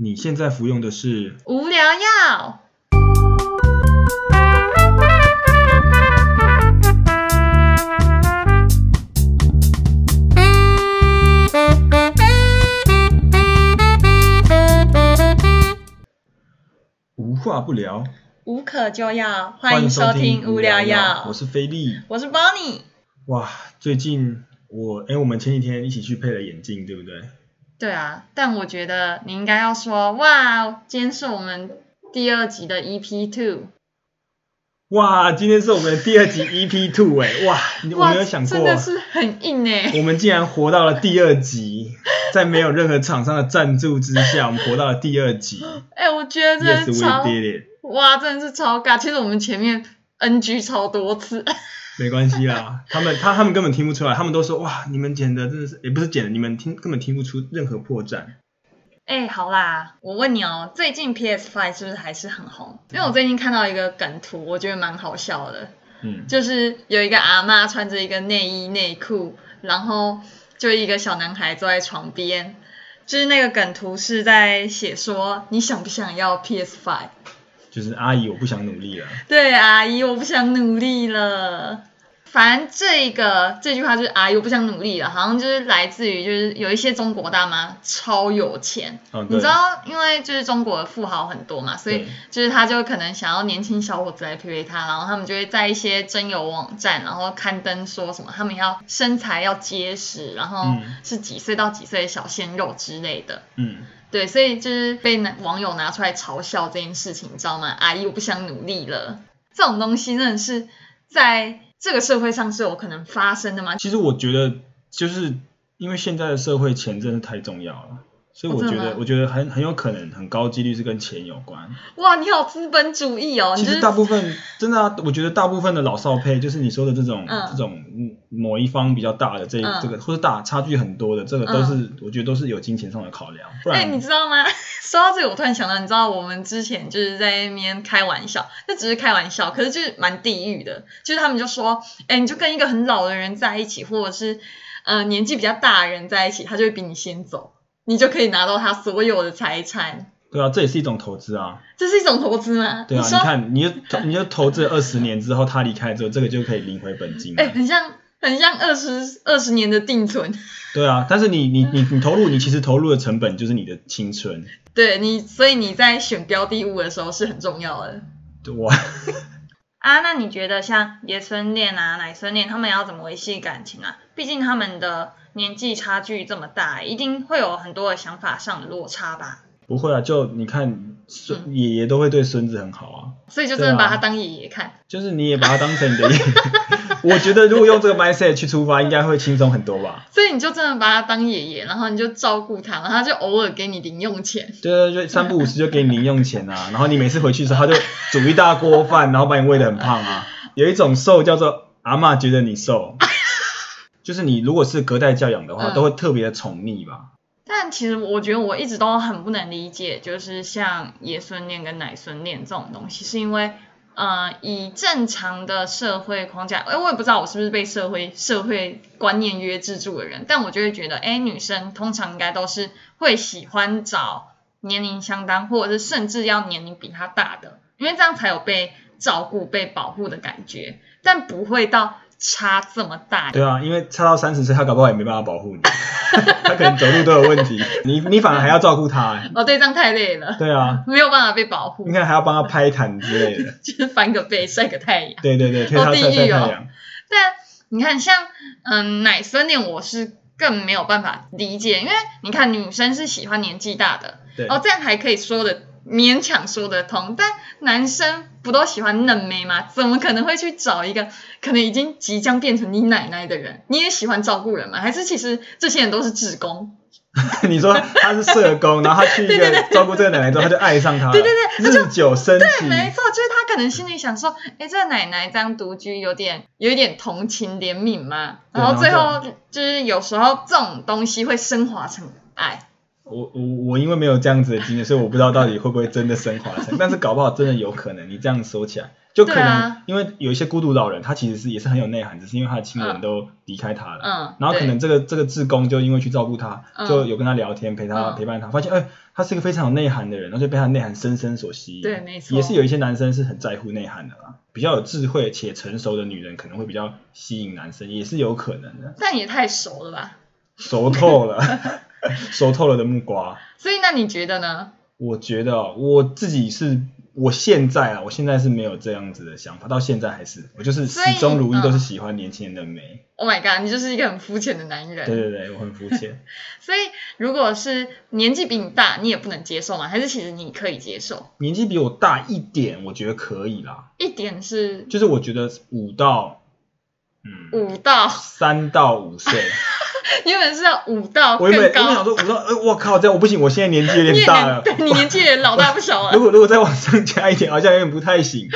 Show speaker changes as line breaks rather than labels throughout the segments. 你现在服用的是
无聊药。
无话不聊，
无可救药，欢迎收听无聊药。
我是菲力。
我是 Bonnie。
哇，最近我哎，我们前几天一起去配了眼镜，对不对？
对啊，但我觉得你应该要说，哇，今天是我们第二集的 EP Two。
哇，今天是我们的第二 集 EP Two 哎，哇，你我
哇，
没有想过啊
真，的是很硬哎、
我们竟然活到了第二集，在没有任何厂商的赞助之下，我们活到了第二集。
哎、我觉得真
Yes,
的
we
超
did it。
哇，真的是超尬。其实我们前面 NG 超多次，
没关系啦，他们他他们根本听不出来，他们都说哇，你们剪的真的是，也不是剪的，你们听根本听不出任何破绽。
哎、好啦，我问你哦，最近 PS Five 是不是还是很红？因为我最近看到一个梗图，我觉得蛮好笑的，
嗯，
就是有一个阿嬷穿着一个内衣内裤，然后就一个小男孩坐在床边，就是那个梗图是在写说你想不想要 PS Five？
就是阿姨，我不想努力了。
对，阿姨，我不想努力了。反正这个这句话就是阿姨，我不想努力了，好像就是来自于就是有一些中国大妈超有钱，
哦，对
你知道，因为就是中国的富豪很多嘛，所以
对
就是他就可能想要年轻小伙子来陪陪他，然后他们就会在一些征友网站，然后刊登说什么他们要身材要结实，然后
嗯
是几岁到几岁的小鲜肉之类的。
嗯，
对，所以就是被男网友拿出来嘲笑这件事情，你知道吗？阿姨，我不想努力了。这种东西真的是在这个社会上是有可能发生的吗？
其实我觉得就是因为现在的社会钱真的太重要了，所以我
哦真
觉
的
得、
吗
我觉得很很有可能很高几率是跟钱有关。
哇，你好资本主义哦！你
其
就
实
是
大部分真的啊，我觉得大部分的老少配就是你说的这种、
嗯
这种嗯某一方比较大的这、
嗯
这个，或者大差距很多的这个都是、我觉得都是有金钱上的考量，不
哎、
然、
你知道吗？ 说到这个，我突然想到，你知道我们之前就是在那边开玩笑，那只是开玩笑，可是就是蛮地狱的。就是他们就说，哎、你就跟一个很老的人在一起，或者是呃年纪比较大的人在一起，他就会比你先走，你就可以拿到他所有的财产。
对啊，这也是一种投资啊，
这是一种投资吗？
对啊，你
你说，
看你就你就投资二十年之后他离开之后，这个就可以领回本金了。
哎、很像很像二十二十年的定存，
对啊，但是你你你你投入，你其实投入的成本就是你的青春。
对你，所以你在选标的物的时候是很重要的。
对我
啊，那你觉得像爷孙恋啊、奶孙恋，他们要怎么维系感情啊？毕竟他们的年纪差距这么大，一定会有很多的想法上的落差吧。
不会啊，就你看孙爷爷都会对孙子很好啊，
所以就真的
对
把
啊
他当爷爷看。
就是你也把他当成你的爷 爷。我觉得如果用这个 mindset 去出发，应该会轻松很多吧。
所以你就真的把他当爷爷，然后你就照顾他，然后他就偶尔给你零用钱。
对对对，三不五时就给你零用钱啊，然后你每次回去的时候，他就煮一大锅饭，然后把你喂得很胖啊。有一种瘦叫做阿嬷觉得你瘦，就是你如果是隔代教养的话，
嗯
都会特别的宠溺吧。
但其实我觉得我一直都很不能理解，就是像爷孙恋跟奶孙恋这种东西，是因为呃，以正常的社会框架，哎，我也不知道我是不是被社会社会观念约制住的人，但我就会觉得，哎，女生通常应该都是会喜欢找年龄相当，或者是甚至要年龄比她大的，因为这样才有被照顾、被保护的感觉，但不会到差这么大。
对啊，因为差到三十岁，他搞不好也没办法保护你， 他可能走路都有问题，你你反而还要照顾他、欸。
哦，对，这样太累了，
对啊，
没有办法被保护
你。看还要帮他拍毯之类的。
就是翻个背晒个太阳。
对对对，推
哦
他晒
地
晒
狱哦
太阳。
但你看，像嗯奶生恋，我是更没有办法理解，因为你看女生是喜欢年纪大的，
对
哦，这样还可以说的勉强说得通，但男生不都喜欢嫩妹吗？怎么可能会去找一个可能已经即将变成你奶奶的人？你也喜欢照顾人吗？还是其实这些人都是志工？
你说他是社工，然后他去一个照顾这个奶奶之后，他就爱上她了，
对对
对日久生情。
没错，就是他可能心里想说，哎，这奶奶这样独居有点有一点同情怜悯嘛，
对
然后最
然后
后就是有时候这种东西会升华成爱。
我我我因为没有这样子的经验，所以我不知道到底会不会真的升华成，但是搞不好真的有可能。你这样说起来，就可
对
能、
啊
因为有一些孤独老人，他其实是也是很有内涵，只是因为他的亲人都离开他了，
嗯，
然后可能这个这个志工就因为去照顾他，
嗯
就有跟他聊天，陪他、
嗯
陪伴他，发现哎、他是一个非常有内涵的人，然后就被他的内涵深深所吸引。
对，没错，
也是有一些男生是很在乎内涵的啦，比较有智慧且成熟的女人可能会比较吸引男生，也是有可能的。
但也太熟了吧？
熟透 了，熟透了的木瓜，
所以那你觉得呢？
我觉得哦我自己是，我现在啊，我现在是没有这样子的想法，到现在还是，我就是
所以
始终如一
嗯
都是喜欢年轻人的美。
Oh my god，你就是一个很肤浅的男人。
对对对，我很肤浅。
所以如果是年纪比你大，你也不能接受吗？还是其实你可以接受？
年纪比我大一点，我觉得可以啦，
一点是
就是我觉得五到，嗯，
五到，
三到五岁。
原本是要五到
我原
哦更
本我本想
高，
说，我说，呃，我靠，这样我不行，我现在年纪有
你
点
也
大了
年。对你年纪也老大不小
如果
了，
如果再往上加一点，好像有点不太行。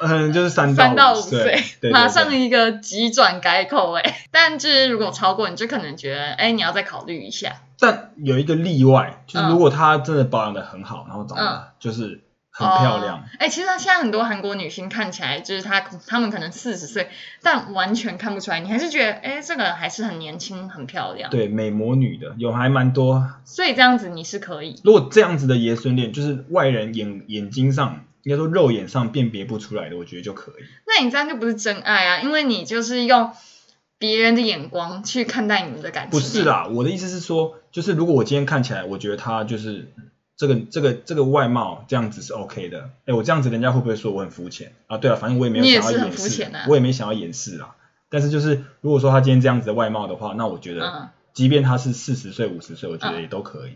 嗯，就是三
三
到
到
五
五
岁，
岁
对，对
马上
对
一个急转改口哎、 但就是如果超过，你就可能觉得哎、你要再考虑一下。
但有一个例外，就是
嗯
如果她真的保养的很好，然后长得就是很漂
哦
亮，。
哎、其实现在很多韩国女星看起来就是她，她们可能四十岁，但完全看不出来，你还是觉得哎、这个还是很年轻，很漂亮。
对，美魔女的有还蛮多。
所以这样子你是可以。
如果这样子的爷孙恋，就是外人眼眼睛上，应该说肉眼上辨别不出来的，我觉得就可以。
那你这样就不是真爱啊，因为你就是用别人的眼光去看待你们的感情。
不是，啦，我的意思是说，就是如果我今天看起来，我觉得她就是这个这个这个外貌这样子是 OK 的，哎，我这样子人家会不会说我很肤浅啊？对啊，反正我也没有
你
想
也
要
是很
掩
肤
饰，
浅啊
我也没想要掩饰啦。但是就是如果说她今天这样子的外貌的话，那我觉得，
嗯，
即便她是四十岁、五十岁，我觉得
嗯
也都可以。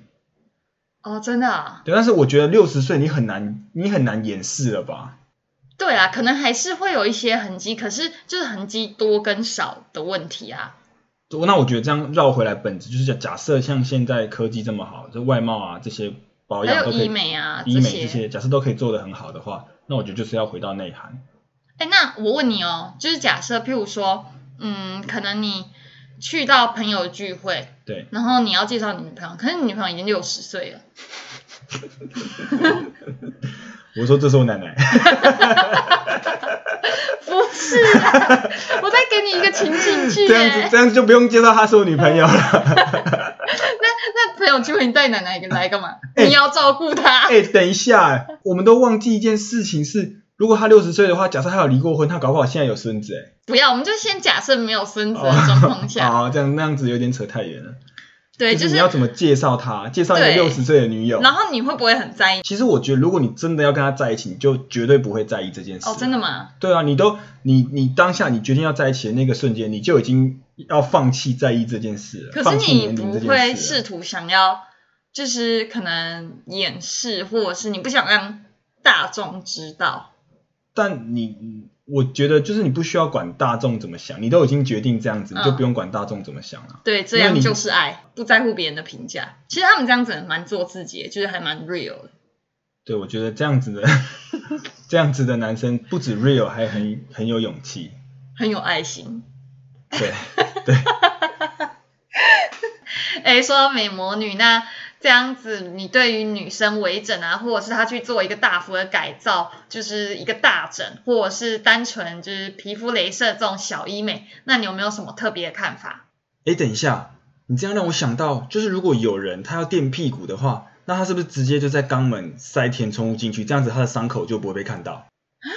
哦，真的啊，
对，但是我觉得六十岁你很难，你很难掩饰了吧？
对啦，可能还是会有一些痕迹，可是就是痕迹多跟少的问题啊。
我那我觉得这样绕回来本质就是假假设像现在科技这么好，这外貌啊这些保
还
养
有
都可以
医美啊
医美
些
这，些，假设都可以做得很好的话，那我觉得就是要回到内涵。
哎，那我问你哦，就是假设，譬如说，嗯，可能你去到朋友聚会，
对，
然后你要介绍你女朋友，可是你女朋友已经六十岁了，
我说这是我奶奶，
不是啊，我再给你一个情境 剧、欸，
这样子这样子就不用介绍她是我女朋友 了。
那朋友聚会你带奶奶来干嘛？
哎
你要照顾她。
哎、等一下，我们都忘记一件事情是，如果她六十岁的话，假设她有离过婚，她搞不好现在有孙子哎、
不要，我们就先假设没有孙子的状况
哦，
下，
好，这样那样子有点扯太远了。
对，就
你要怎么介绍她？介绍一个
对
六十岁的女友？
然后你会不会很在意？
其实我觉得，如果你真的要跟她在一起，你就绝对不会在意这件事。
哦，真的吗？
对啊，你都你你当下你决定要在一起的那个瞬间，你就已经要放弃在意这件事了，
可
放
是
弃
你
年龄
不
这
会
件事啊
试
了。
图想要，就是可能掩饰，或者是你不想让大众知道。
但你我觉得就是你不需要管大众怎么想，你都已经决定这样子，
嗯
你就不用管大众怎么想了。
对，这
那
样
你
就是爱，不在乎别人的评价。其实他们这样子蛮做自己的，就是还蛮 real 的。
对，我觉得这样子的 这样子的男生不止 real，还很很有勇气。
很有爱心。
对，
哎，说到美魔女，那这样子，你对于女生微整啊，或者是她去做一个大幅的改造，就是一个大整，或者是单纯就是皮肤镭射这种小医美，那你有没有什么特别的看法？
哎，等一下，你这样让我想到，就是如果有人他要垫屁股的话，那他是不是直接就在肛门塞填充物进去？这样子他的伤口就不会被看到。
啊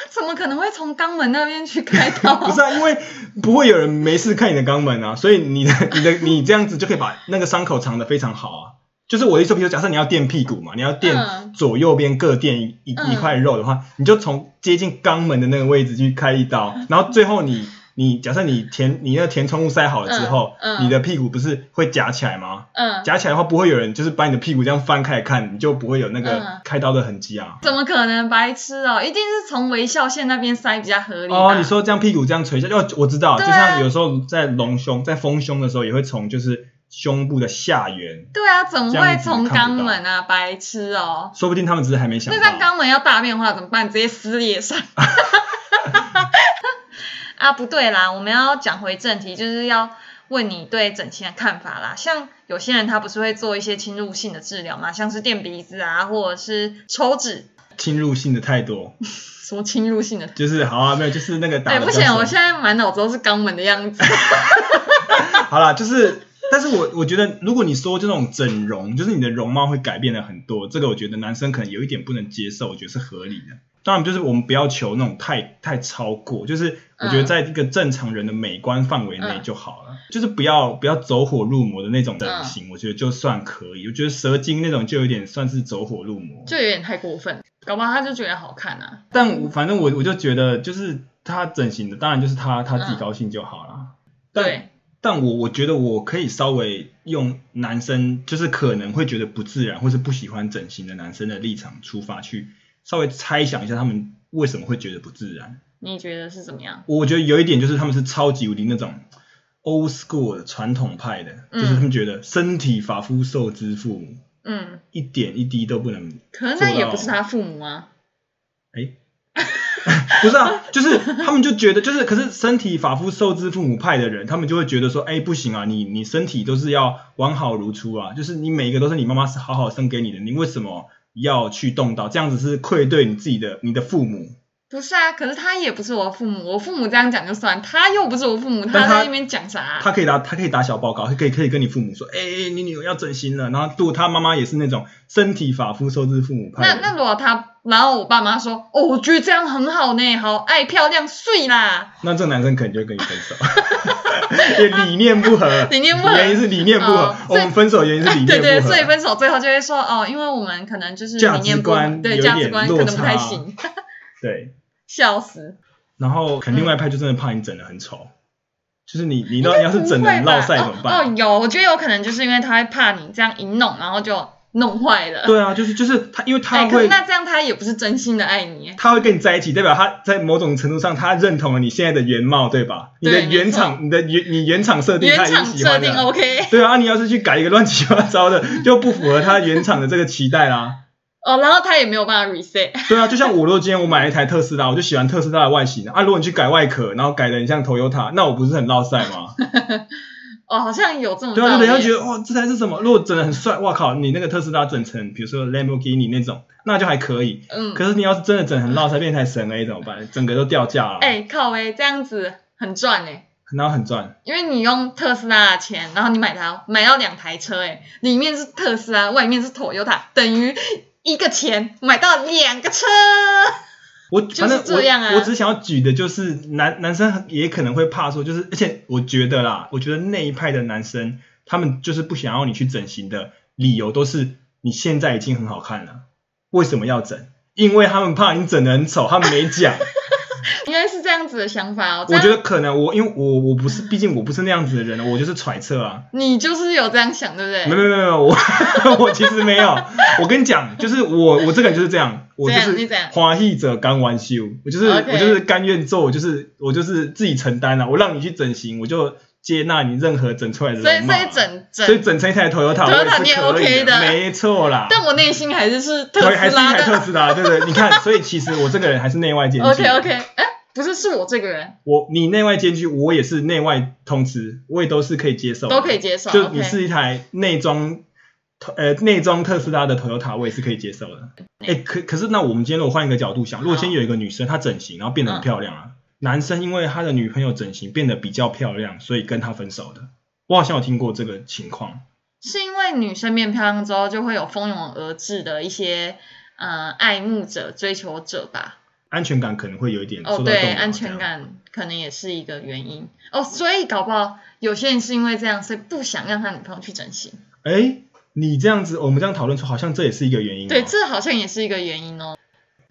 怎么可能会从肛门那边去开刀？
不是啊，因为不会有人没事看你的肛门啊，所以你的、 你的、你这样子就可以把那个伤口藏得非常好啊。就是我的意思，比如假设你要垫屁股嘛，你要垫
嗯
左右边各垫一、一
嗯
一块肉的话，你就从接近肛门的那个位置去开一刀， 然后最后你你假设你填你那个填充物塞好了之后，
嗯嗯
你的屁股不是会夹起来吗？
嗯，
夹起来的话，不会有人就是把你的屁股这样翻开来看，你就不会有那个
嗯
开刀的痕迹啊。
怎么可能？白痴哦，一定是从微笑线那边塞比较合理吧。
哦，你说这样屁股这样垂下，哦，我知道，
对
就
啊
像有时候在隆胸、在丰胸的时候，也会从就是胸部的下缘，
对啊，怎么
这样
会
子
从
看
肛
不到
门啊？白痴哦。
说不定他们只是还没想
那张
到。
肛门要大便的话怎么办？直接撕裂 上。啊，不对啦，我们要讲回正题，就是要问你对整形的看法啦。像有些人他不是会做一些侵入性的治疗嘛，像是垫鼻子啊，或者是抽脂，
侵入性的太多，
什么侵入性的？
就是好啊，没有，就是那个打
哎、
得
不
比较
行，
爽
我现在满脑子都是肛门的样子。
好啦，就是，但是我我觉得，如果你说这种整容，就是你的容貌会改变了很多，这个我觉得男生可能有一点不能接受，我觉得是合理的。当然，就是我们不要求那种太太超过，就是我觉得
嗯
在一个正常人的美观范围内
嗯
就好了，就是不要不要走火入魔的那种整
嗯
形，我觉得就算可以。我觉得蛇精那种就有点算是走火入魔，
就有点太过分，搞不好他就觉得好看啊。
但我反正我我就觉得，就是他整形的，当然就是他他自己
嗯
高兴就好啦。但
对，
但我我觉得我可以稍微用男生就是可能会觉得不自然或是不喜欢整形的男生的立场出发去稍微猜想一下他们为什么会觉得不自然。
你觉得是怎么样？
我觉得有一点就是他们是超级无敌那种 old school 的传统派的，
嗯
就是他们觉得身体发肤受之父母，
嗯，
一点一滴都不能
可能那
做
也
到
不是他父母啊。
不是啊，就是他们就觉得，就是可是身体发肤受之父母派的人，他们就会觉得说，哎、不行啊，你你身体都是要完好如初啊，就是你每一个都是你妈妈好好生给你的，你为什么要去动刀？这样子是愧对你自己的你的父母。
不是啊，可是他也不是我父母，我父母这样讲就算，他又不是我父母，
但他
在那边讲啥啊、
他可以打，他可以打小报告，可以可以跟你父母说，哎、你女儿要整形了。然后，如果他妈妈也是那种身体发肤受之父母派
那
的，
那如果他，然后我爸妈说，哦，我觉得这样很好呢，好爱漂亮睡啦，
那这个男生肯定就会跟你分 手， 也理念不合，
理念不合
原因是理念不合。
哦
我
所以
们分手原因是理念不
对
合。啊
对，所以分手最后就会说，哦，因为我们可能就是
价
理念
值
不
观
对
有
价值
点
观
落
可能不
差
太
啊
行，
对。
笑死。
然后可能另外一派就真的怕你整的很丑，就是你你要你要是整
不
的
会
很
吧？
落塞怎么
哦
办？
哦，有，我觉得有可能就是因为他会怕你这样一弄，然后就弄坏了。
对啊，就是就是他，因为
哎，
他
可
会、
是那这样他也不是真心的爱你。
他会跟你在一起，代表他在某种程度上他认同了你现在的原貌，对吧？你的
对
原厂你的原你原厂设定
原
他已经
厂
喜
设
欢
定
了。
OK
对啊，你要是去改一个乱七八糟的，就不符合他原厂的这个期待啦。
哦，然后他也没有办法 reset。
对啊，就像我如果今天我买了一台特斯拉，我就喜欢特斯拉的外形啊。如果你去改外壳，然后改的很像 Toyota，那我不是很落塞吗？
哦，好像有这种
对啊，
道
就
理
等一下觉得哇，这台是什么？如果整的很帅，哇靠，你那个特斯拉整成比如说 Lamborghini 那种，那就还可以。
嗯，
可是你要是真的整很烂，才变成台神 A 怎么办？整个都掉价了，
哎、靠哎、这样子很赚哎、
然后很赚。
因为你用特斯拉的钱，然后你买它买到两台车哎、里面是特斯拉，外面是 Toyota，等于一个钱买到两个车。
我
就是
反正我
这样啊
我只想要举的就是男男生也可能会怕说，就是而且我觉得啦，我觉得那一派的男生他们就是不想要你去整形的理由都是你现在已经很好看了，为什么要整？因为他们怕你整的很丑，他们没讲。
应该是这样子的想法哦。这
我
样
觉得可能我因为我我不是，毕竟我不是那样子的人，我就是揣测啊。
你就是有这样想，对不对？
没没没没，我 我其实没有。我跟你讲，就是我我这个人就是这样，我就
这样你
是
这样
欢喜者甘玩修，我就是
OK
我就是甘愿做，我就是我就是自己承担了、啊我让你去整形，我就接纳你任何整出来的
所以
容
所
貌啊、
以整
所以
整，
整成一台 Toyota，
Toyota
我
你
也
也
是可以
OK 的
没错啦。
但我内心还是是特
还是一
斯拉
台特
的。
斯拉，对不对？你看，所以其实我这个人还是内外兼 具。
OK OK，哎、不是是我这个人
我你内外兼具，我也是内外通吃，我也都是可以接受的，
都可以接受。
就你
OK，
是一台内装，呃，内装特斯拉的 Toyota，我也是可以接受的。哎、可可是那我们今天如果换一个角度想，如果今天有一个女生她整形，然后变得很漂亮
嗯
啊，男生因为他的女朋友整形变得比较漂亮，所以跟她分手的。我好像有听过这个情况，
是因为女生变漂亮之后，就会有蜂拥而至的一些呃爱慕者、追求者吧。
安全感可能会有一点受
哦，
到动
对，
摇
安全
这样。
感可能也是一个原因。哦，所以搞不好有些人是因为这样，所以不想让他女朋友去整形。
哎、你这样子，我们这样讨论出，好像这也是一个原因、哦。
对，这好像也是一个原因哦。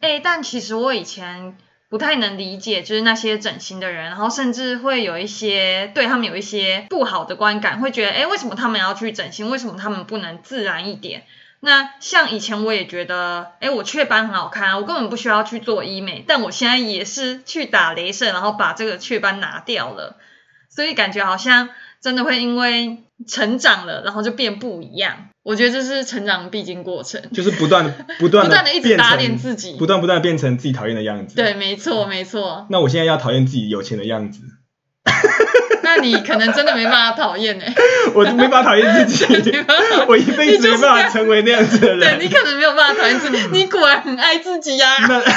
哎，但其实我以前不太能理解，就是那些整形的人，然后甚至会有一些对他们有一些不好的观感，会觉得，哎，为什么他们要去整形？为什么他们不能自然一点？那像以前我也觉得，哎，我雀斑很好看啊，我根本不需要去做医美，但我现在也是去打雷射，然后把这个雀斑拿掉了，所以感觉好像真的会因为成长了，然后就变不一样。我觉得这是成长必经过程。
就是不断地不断
不断地
的
一直打脸自己
不断不断地变成自己讨厌的样子。
对，没错，没错。
那我现在要讨厌自己有钱的样子，
那你可能真的没办法讨厌哎，
我没办法讨厌自 己
没办法，
我一辈子没办法成为那样子的
对
人。
你可能没有办法讨厌自己，你果然很爱自己呀、
那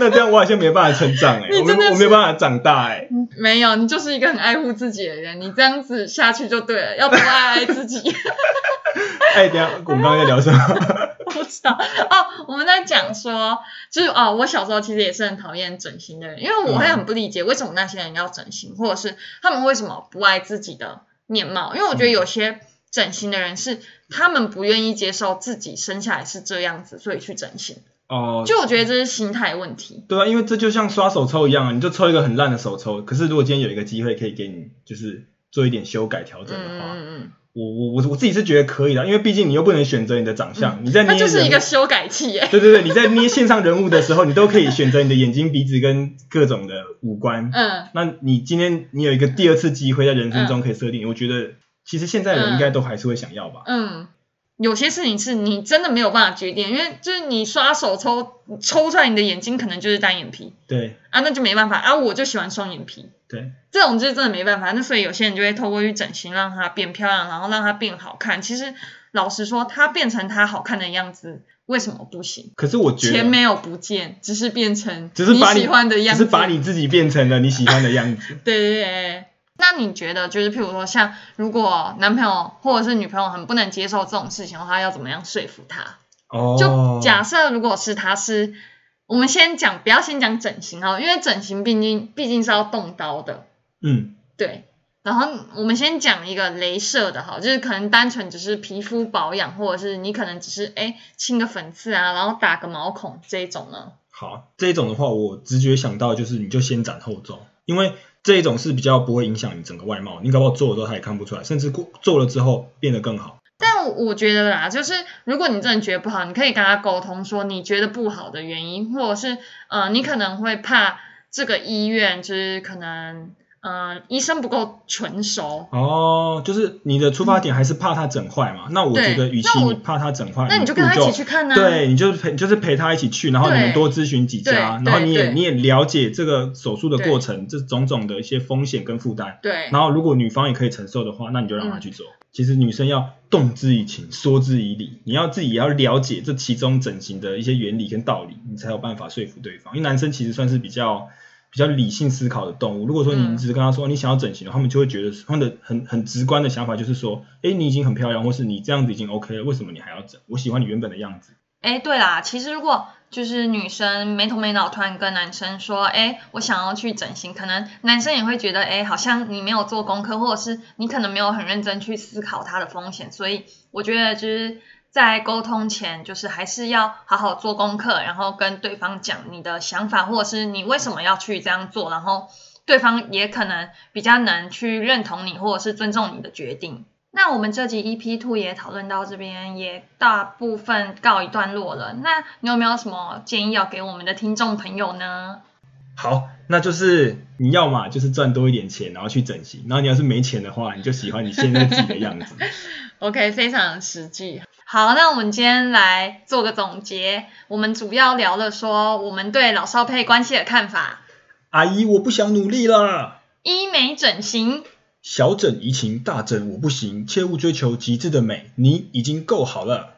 那 这样我好像没办法成长哎、
你
我
真的
没我
是
没有办法长大哎、
没有，你就是一个很爱护自己的人，你这样子下去就对了，要多爱爱自己。
哎、等一下我们刚刚在聊什么？
我不知道哦，我们在讲说，就是哦，我小时候其实也是很讨厌整形的人，因为我会很不理解为什么那些人要整形，或者是他们为什么不爱自己的面貌，因为我觉得有些整形的人是他们不愿意接受自己生下来是这样子，所以去整形。
哦，
就我觉得这是心态问题。
对啊，因为这就像刷手抽一样啊，你就抽一个很烂的手抽，可是如果今天有一个机会可以给你，就是做一点修改调整的哦话，
嗯嗯
我我我我自己是觉得可以的，因为毕竟你又不能选择你的长相，你在
嗯，
捏
它就是一
人
个修改器耶。
对对对，你在捏线上人物的时候，你都可以选择你的眼睛、鼻子跟各种的五官。
嗯，
那你今天你有一个第二次机会在人生中可以设定，我觉得其实现在人应该都还是会想要吧。
嗯，有些事情是你真的没有办法决定，因为就是你刷手抽抽出来，你的眼睛可能就是单眼皮
对
啊，那就没办法啊，我就喜欢双眼皮，
对，
这种就是真的没办法。那所以有些人就会透过去整形让它变漂亮，然后让它变好看。其实老实说，它变成它好看的样子，为什么不行？
可是我觉
钱
得
没有不见，只是变成
只是把
喜欢的
只
样
是
子，。
把你自己变成了你喜欢的样子
对对对对。那你觉得就是，譬如说，像如果男朋友或者是女朋友很不能接受这种事情的话，要怎么样说服他？
哦，
就假设如果是他是，我们先讲，不要先讲整形哈，因为整形毕竟毕竟是要动刀的，
嗯
对。然后我们先讲一个镭射的哈，就是可能单纯只是皮肤保养，或者是你可能只是哎清个粉刺啊，然后打个毛孔这一种呢。
好，这种的话我直觉想到就是你就先斩后奏，因为这种是比较不会影响你整个外貌，你搞不好做了之后他也看不出来，甚至过做了之后变得更好。
但我觉得啦，就是如果你真的觉得不好，你可以跟他沟通说你觉得不好的原因，或者是呃，你可能会怕这个医院就是可能呃医生不够成熟，
哦，就是你的出发点还是怕他整坏嘛？那我觉得，
对
与其
那我
你怕他整坏，
那你就跟他一起去看啊
不
呐、
如就对，你就陪，就是陪他一起去，然后你们多咨询几家，
对
然后你也
对
你也了解这个手术的
对
过程，这种种的一些风险跟负担。
对嗯
然后如果女方也可以承受的话，那你就让她去做。其实女生要动之以情，说之以理，你要自己也要了解这其中整形的一些原理跟道理，你才有办法说服对方。因为男生其实算是比较比较理性思考的动物。如果说你
嗯
一直跟他说、你想要整形的话，他们就会觉得他们的很很直观的想法就是说，哎，你已经很漂亮，或是你这样子已经 OK 了，为什么你还要整？我喜欢你原本的样子。
哎，对啦，其实如果就是女生没头没脑突然跟男生说，哎，我想要去整形，可能男生也会觉得，哎，好像你没有做功课，或者是你可能没有很认真去思考它的风险，所以我觉得就是在沟通前，就是还是要好好做功课，然后跟对方讲你的想法，或者是你为什么要去这样做，然后对方也可能比较能去认同你，或者是尊重你的决定。那我们这集 EP Two 也讨论到这边，也大部分告一段落了。那你有没有什么建议要给我们的听众朋友呢？
好，那就是你要嘛就是赚多一点钱，然后去整形，然后你要是没钱的话，你就喜欢你现在自己的样 子。
OK，非常实际。好，那我们今天来做个总结。我们主要聊了说我们对老少配关系的看法，
阿姨，我不想努力了。
医美整形。
小整怡情，大整我不行，切勿追求极致的美，你已经够好了。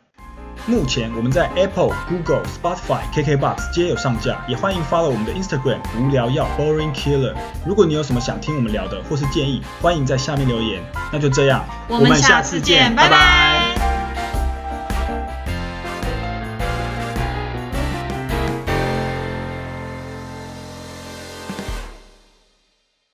目前我们在 Apple、Google、Spotify、KKBox 皆有上架，也欢迎 follow 我们的 Instagram 无聊药 Boring Killer。如果你有什么想听我们聊的或是建议，欢迎在下面留言。那就这样，
我们下次见，拜拜